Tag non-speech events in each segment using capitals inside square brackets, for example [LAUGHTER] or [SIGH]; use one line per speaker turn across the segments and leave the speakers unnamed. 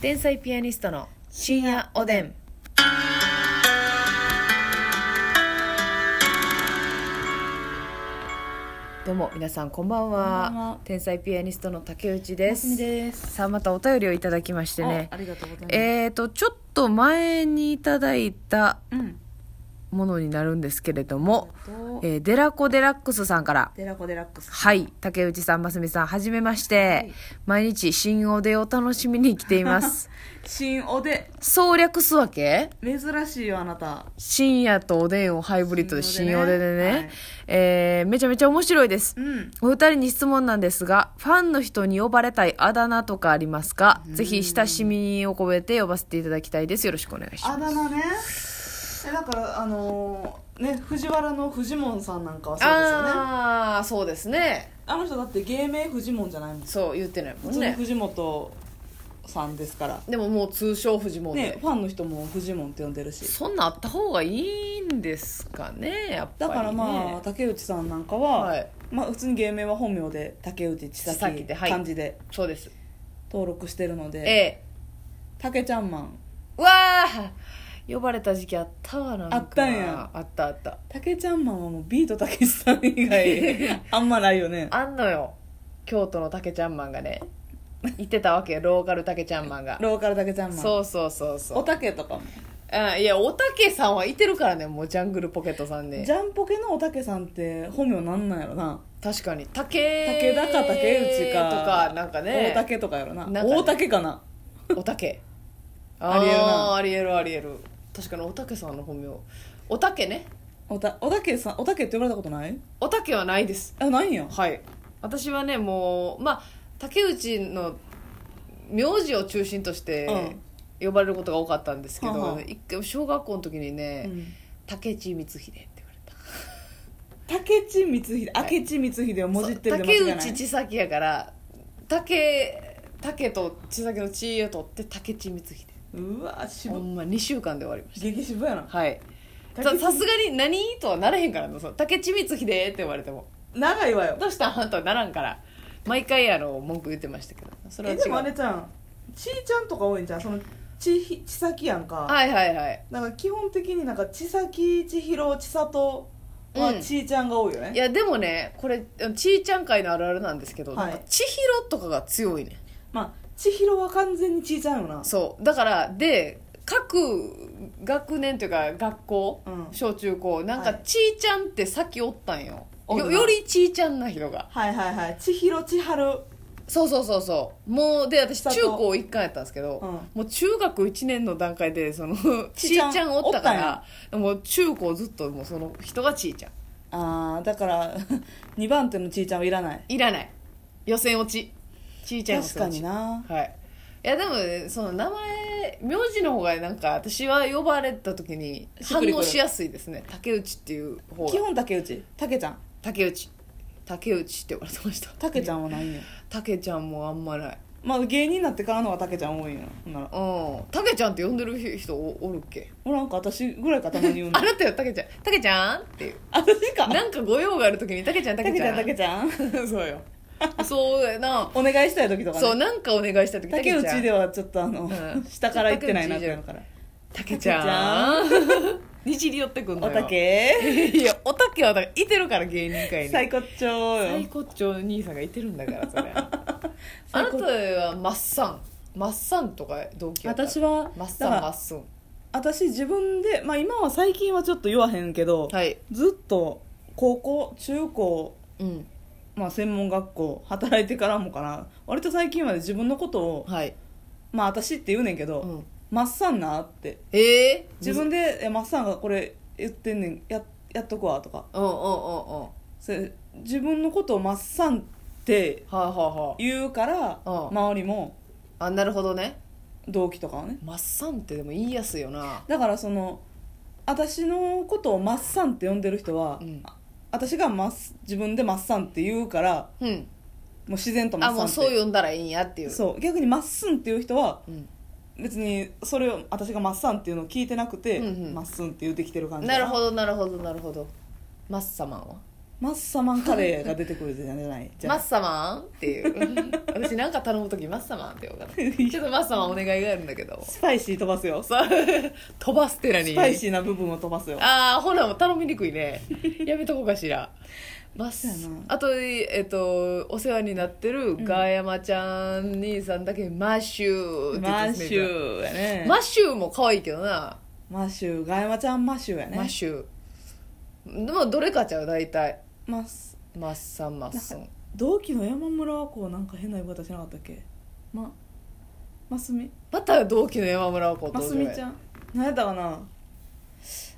天才ピアニストの深夜おでん。どうも皆さんこんばんは
こんばんは
天才ピアニストの竹内です
ますみです
さあまたお便りをいただきましてね
あありがとうございます
えー、とちょっと前にいただいた
うん
ものになるんですけれども、
と
えーデラコ・デラックスさんから
デラコデラックス
はい竹内さん真澄さんはじめまして、
はい
毎日新おでを楽しみに来ています
新おで
そう略すわけ
珍しいよあなた
深夜とおでんをハイブリッドで
新
新お
お
で
で
で
ね
ね、
はい
えーめちゃめちゃ面白いです、
うん
お二人に質問なんですがファンの人に呼ばれたいあだ名とかありますかぜひ親しみを込めて呼ばせていただきたいですよろしくお願いし
あ
ます
だ名ねえだからあのーね藤原のフジモンさんなんかはそうですよねあ
ああそうですね
の人だって芸名フジモンじゃないもん
そう言ってないも
普
ん
通に
ね
藤本さんですから
でももう通称フジモンで、
ねファンの人もフジモンって呼んでるし
そんなんあった方がいいんですかねやっぱり、ね、
だからまあ竹内さんなんかは、
はい
まあ普通に芸名は本名で竹内千
千
咲
咲ではい
漢字で
そうです
登録してるので、
ええ
竹ちゃんマン
うわあ呼ばれた時期あったわなんか
あったんや
あったあった
竹ちゃんマンはもうビートたけしさん以
[LAUGHS]
外あんまないよね
あんのよ京都の竹ちゃんマンがね行ってたわけよローカル竹ちゃんマンが
ローカル竹ちゃんマン
そうそうそうそう
おたけとかも、
あいやおたけさんはいてるからねもうジャングルポケットさんで
ジャンポケのおたけさんって本名なんなんやろな、
確かに竹
竹田か竹内か
とかなんかね
大竹とかやろな
なんかね
大竹かな
おたけ
[LAUGHS] ありえるな
あーありえるありえる確かにおたけさんの本名おたけね
おたおたけさんおたけって呼ばれたことない
おたけはないです
あないんや
はい私はねもうまあ竹内の名字を中心として呼ばれることが多かったんですけ
は
ど、
は
一回小学校の時にね、
うん
竹内光秀って言われた
竹内光秀明智光秀をもじってるで間
竹
違いない
内千咲やから竹竹と千咲の地位を取って竹内光秀
うわ
ほ
渋
んま2週間で終わりました
激渋やな
はいさ
竹内
さすがに何とはなれへんからなその竹内光秀って言われても
長いわよ
どうしたんあんたはならんから毎回あの文句言ってましたけどそれは
え
違
で
う
もあれちゃんちーちゃんとか多いんじゃんそのちひちさきやんか
はいはいはい
なんか基本的になんか千咲千尋千里
う
は
ん
ちいちゃんが多いよね、
いやでもねこれちいちゃん界のあるあるなんですけど、
はい
なんか千尋とかが強いね
まあ千尋は完全にちいちゃんよな
そうだからで各学年というか学校、
うん
小中高なんか
はい
ちいちゃんって先おったんよ、
おる
よ
な
よりちいちゃんな人が
はいはいはい千尋千春
そうそうそうそうもうで私
下
中
と
高一貫やったんですけど、
うん
もう中学1年の段階でそのち
[LAUGHS] ちい
い
ちゃん
ちゃんおったか
お
らもう中高ずっともうその人がちいちゃん
あーだから [LAUGHS] 2番手のちいちゃんはいらない
いらない予選落ちちいちゃん予
確
選
か
落
に
ち
な
はいいやでもねその名前名字の方がなんか私は呼ばれた時に
しっ
反
くりくる
応しやすいですね竹内っていう方
基
が
本竹内竹ちゃん
竹内竹内って呼ばれてました
竹ちゃんはないんよ、
竹ちゃんもあんまない
まあ芸人になってからのは竹ちゃん多いよほんなら
うん竹ちゃんって呼んでる人おおるっけ
俺なんか私ぐらいかたまに言うの
あなたよ竹ちゃん竹ちゃんっていう
私か
なんかご用がある時に竹ちゃん竹
竹
ち
ち
ゃ
ゃ
ん
ん竹ちゃん
[LAUGHS] そうよそうやな
お願いしたい時とか
そう
ね
なんかお願いした時
竹
ちゃん
内ではちょっとあの、
うん
下から行ってないなっていうのから
竹ちゃん [LAUGHS] にじり寄ってくんの
お
よ
たけ
[LAUGHS] いやおたけはだからいてるから芸人界に
最高潮よ
最高潮の兄さんがいてるんだからそ
[LAUGHS]
れあ
最
な
高
たはマッサンマッサンとか同期やった
私は
マッ
だ
サ
か
ン
ら
マッスン
私自分で、まあ、今は最近はちょっと言わへんけど、
はい
ずっと高校中高、
うん
まあ、専門学校働いてからもかな割と最近まで自分のことを、
はい、
まあ、私って言うねんけど、
うん、
マッサンなって
ええ
自分でいやマッサンがこれ言ってんねんややっとくわとか
うんうんうんうんは
それ自分のことをマッサンって
あ、はあは
言うから、
うん
周りも
あ、あなるほどね
同期とかはね
マッサンってでも言いやすいよな
だからその私のことをマッサンって呼んでる人は、
うん
あ私がマッス自分でマッサンって言うから
うん
もう自然とマッ
あ
サンって
もうそう呼んだらいいんやっていう
そう逆にマッスンっていう人は
うん、
別にそれを私がマッサンっていうのを聞いてなくて、
うんうん
マッスンって言ってきてる感じ
なるほどなるほどなるほどマッサマンは
マッサマンカレーが出てくるじ
[LAUGHS]
ゃないじ
マ
ゃ
ッサマンっていう [LAUGHS] 私なんか頼む時マッサマンって呼ぶからちょっとマッサマンお願いがあるんだけど
あスパイシー飛ばすよス
さ飛ばす寺に
パイシーな部分を飛ばすよ
ああほなもう頼みにくいねやめとこうかしらマ
そうや
ス
な
あとえっ、とお世話になってるガーヤマちゃん兄さんだけマッシューって
マ
言っ
ッ
て
シ
たね
ューやね
マッシューも可愛いけどな、
マッシューガヤマちゃんマッシューやね
マッシューでもどれかちゃう大体
マッス
マッサンマッスン
同期の山村はこうなんか変な呼び方しなかったっけまマスミ
また同期の山村をこう
マスミちゃん何やったかな
マス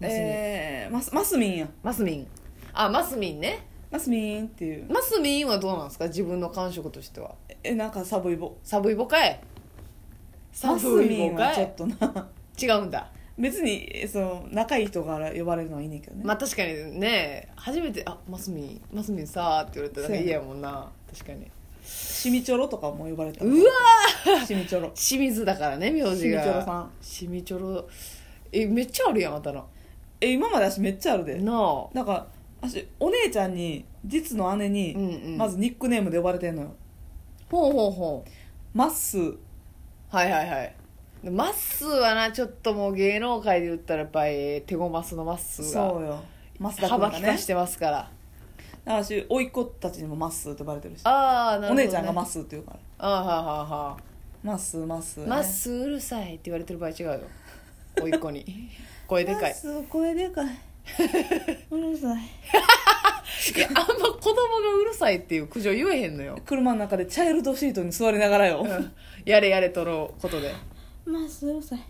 ミン
えー、マスマスミンや
マスミンあマスミンね
マスミンっていう
マスミンはどうなんですか自分の感触としては
えなんかサブイボ
サブイボかいサ
マス
ブ
ミ
イ
ン
ボか
はちょ
い
っとな
違うんだ
別にえその仲いい人から呼ばれるのはいいねんけどね、
まあ確かにね初めて「あマスミンマスミンさ」って言われたらなんか
そうや
嫌やもんな確かに
シミチョロとかも呼ばれた
うわ
シミチョロ
清水だからね名字が
清水町さん
清水町えめっちゃあるやんあんたの
え今まで私めっちゃあるで
なあ
なんか私お姉ちゃんに実の姉に、
うんうん
まずニックネームで呼ばれてんのよ
ほうほうほ
マッスー
うはいはいはいでまっすーはなちょっともう芸能界で言ったらやっぱり手ごますのまっすー
そ
が
うよマスダ君
幅
が
利か
ね
してますから
だから私甥っ子たちにもマッスーって呼ばれてるし
ああなるほ
お
ど、ね、
姉ちゃんがマッ
ス
スーって言うから
あーはーはーは
マッスーマッス
ー
ー、ね、
まっすーうるさいって言われてる場合違うよおいっ子 [LAUGHS] に声でか
マッ
い
スー声でかいうるさい
いやあんま子供がうるさいっていう苦情言えへんのよ、
車の中でチャイルドシートに座りながらよ、
うん [LAUGHS] やれやれとのことで
マッスーうるさい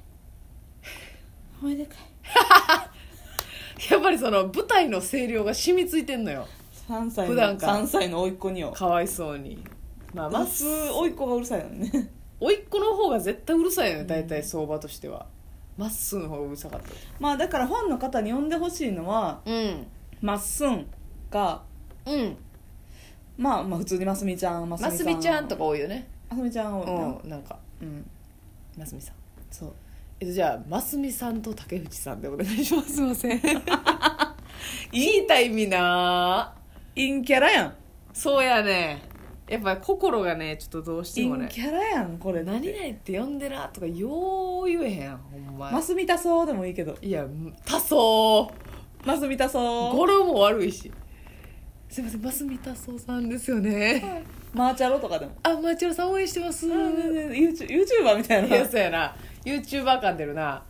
声でかい
やっぱりその舞台の声量が染みついてんのよ
3歳
普段
の
から
3歳の甥っ子によ
かわいそうにまあま
マ
あ
ス甥っ子がうるさいのね [LAUGHS]
おいっ子の方が絶対うるさいよね大体相場としてはまっすーの方がうるさかっ
まあだからファンの方に呼んでほしいのは
たうん
まっすんが
うん
まあまあ普通にますみちゃんます
ますみちゃんとか多いよね
ますみちゃんを
うんなんか
うん
ますみさん
そう
えっとじゃあますみさんと竹内さんでお願いしますすいません言 [LAUGHS] いたいみんな
陰キャラやん
そうやねやっぱり心がねちょっとどうしても
陰
ね
キャラやんこれだっ
何
て
々って呼んでなとかよう言えへんほんま、
ますみたそうでもいいけど
いや多層
ますみたそ
語呂も悪いしすいませんマスミタソさんですよね
うマーチャロとかでも
あマーチュラさん応援してますい
うん全然 YouTube- YouTuber みたいな
やそうやな YouTuber 感出るな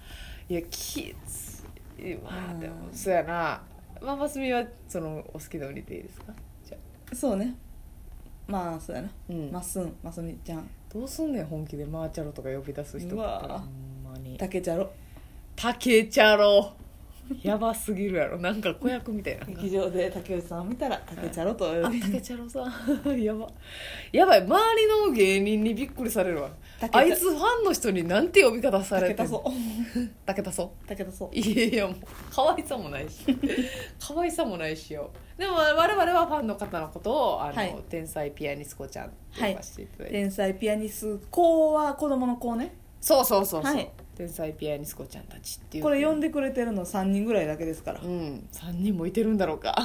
いやきついまあでもそうやなまあマスミはそのお好きなおりでいいですかじゃあ
そうねまあそうやな
うん
まっすんますみちゃん
どうすんねん本気でマーチャロとか呼び出す人って
うわ
ほんまに
たけちゃろ
竹チャロ [LAUGHS] やばすぎるやろなんか子役み [LAUGHS] たいな
劇場で竹内さんを見たらたけちゃろと
あ
呼び
竹チャロさん [LAUGHS] やばやばい周りの芸人にびっくりされるわ
竹田
あいつファンの人になんて呼び方さ
た
れ
け
て
た
んの
そ
竹田そう
たけたそう
いやいやもう可愛さもないし可愛さもないしよでも我々はファンの方のことをあの、
はい
天才ピアニスコちゃんって呼ばせていただいて、
天才ピアニス子は子供の子ね
そうそうそうそう、
はい
天才ピアニスコちゃんたちっていう
これ呼ん
で
でくれてるの3人ぐらいだけですから
うん3人もいてるんだろうか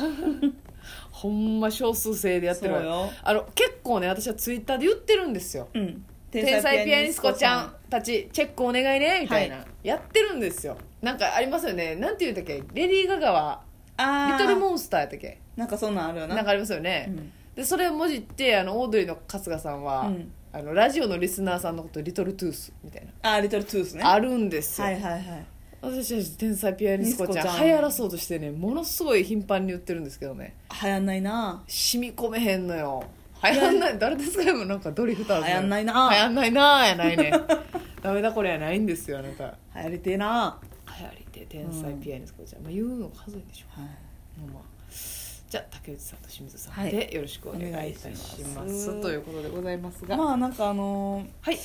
ほんま少数制でやってる
そうよ
あの結構ね私はツイッターで言ってるんですよ
うん
天才ピアニスコちゃんたちチェックお願いねみたいな、
は
やってるんですよなんかありますよねなんていうんだっけレディー・ガガは
あー
リトルモンスターやったっけ
なんかそんなんあるよな
なんかありますよね、
うん
でそれをもじってあのオードリーの春日さんは、
うん
あのラジオのリスナーさんのことリトルトゥースみたいな、
あーリトルトゥースね
あるんですよ、
はいはいはい
私たち天才ピアニスコちゃん
ニスコちゃん
流行らそうとしてねものすごい頻繁に言ってるんですけどね
流行んないな
染み込めへんのよ流行んない誰ですか今なんかドリフターズ
流行んないな
流行んないなやないねダメだこれやないんですよあなた
流行りてえな
流行りて天才ピアニスコちゃん、まあ、言うの数えでしょ
はい
まあまあじゃあ竹内さんと清水さん
はい
でよろしくお願いいたし
お
ま
願い
す,、
します
ということでございますが、
まあなんかあのー
はい、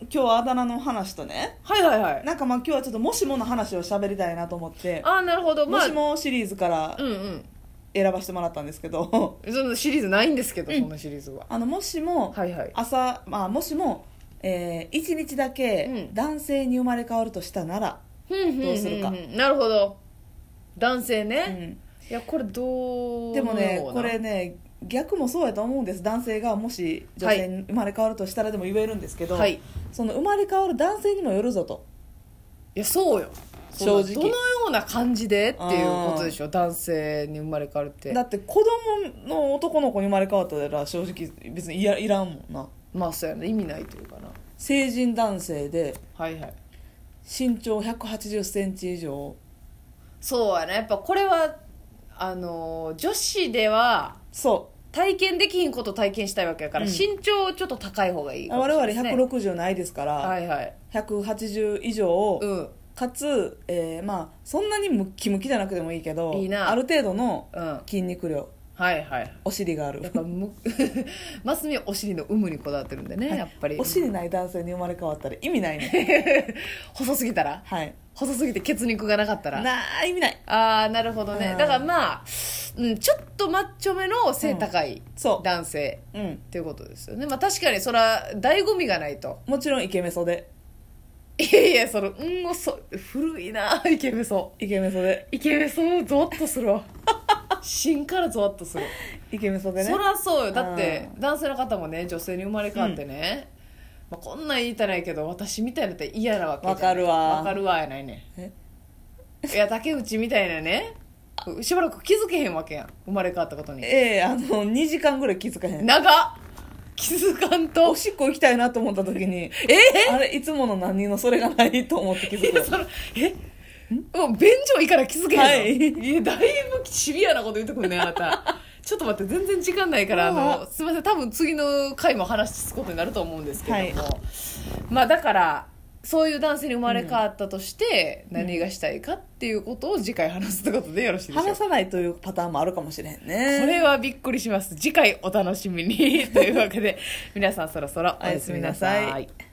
今日はあだ名の話とね
はいはいはい
なんかまあ今日はちょっともしもの話を喋りたいなと思って
ああなるほど
も
まあ
しもシリーズから
うんうん
選ばせてもらったんですけど [LAUGHS]
そのシリーズないんですけど、そのシリーズは
あのもしも
はいはい
朝まあもしもえー、1日だけ
うん
男性に生まれ変わるとしたなら、
ど
どうするか
なるほど男性
う
ね、
ん
いやこれどう
でもね
思うな
これね逆もそうやと思うんです男性がもし女性に生まれ変わるとしたらでも言えるんですけど、
はいい
その生まれ変わる男性にもよるぞと
やそうよ
正直
そうどのような感じでっていうことでしょ男性に生まれ変わるって
だって子供の男の子に生まれ変わったら正直別にいやいらんもんな
まあそうやな意味ないというかな
成人男性で
はいはい
身長1 8 0ンチ以上
そうやなやっぱこれはあのー女子では
そ
体験できひんこと体験したいわけやから、
うん
身長ちょっと高い方がいいうかもし
我
れ
々
ないですね
160ないですから、
はいはい
180以上を、
うん
かつ、えーまあそんなにムッキムキじゃなくてもいいけど
いいな
ある程度の
うんはい
筋肉量
はいはい
お尻がある
やっぱむ [LAUGHS] マスミはお尻の有無にこだわってるんでねやっぱり
お尻ない男性に生まれ変わったら意味ないね
細すぎたら
はい
細すぎて血肉がなかったら
なあ意味ない
ああなるほどね、
うん
だからまあ、うん、ちょっとマッチョめの背高い
そ
男性
ううん
っていうことですよね、まあ確かにそれは醍醐味がないと
もちろんイケメソで
いやいやそのうんおそ古いなイケメンそ
イケメソで
うイケメンそうゾワッとする [LAUGHS] わ芯からゾワッとする、
イケメソでね
そりゃそうよだって男性の方もね女性に生まれ変わってね、まあ、こんなん言いたないけど私みたいなって嫌なわけじゃない
わかるわ
わかるわやないね
え
いや竹内みたいなねしばらく気づけへんわけやん生まれ変わったことに
ええあの2時間ぐらい気づかへん
長っ気づかんと
おしっこ行きたいなと思った時に
え
あれいつもの何のそれがないと思って気
え
づ
いや
く
そのえもう便所いいから気づけへんの、
は
[LAUGHS]
い
いやだいぶシビアなこと言ってくんねあなた [LAUGHS] ちょっと待って全然時間ないからあの
あ
すいません多分次の回も話すことになると思うんですけども、
は
まあだからそういう男性に生まれ変わったとして、何がしたいかっていうことを次回話すってことでよろしいでしょうか
話さないというパターンもあるかもしれんね
これはびっくり [LAUGHS] します次回お楽しみにというわけで皆さんそろそろおやすみなさ
おやすみないさい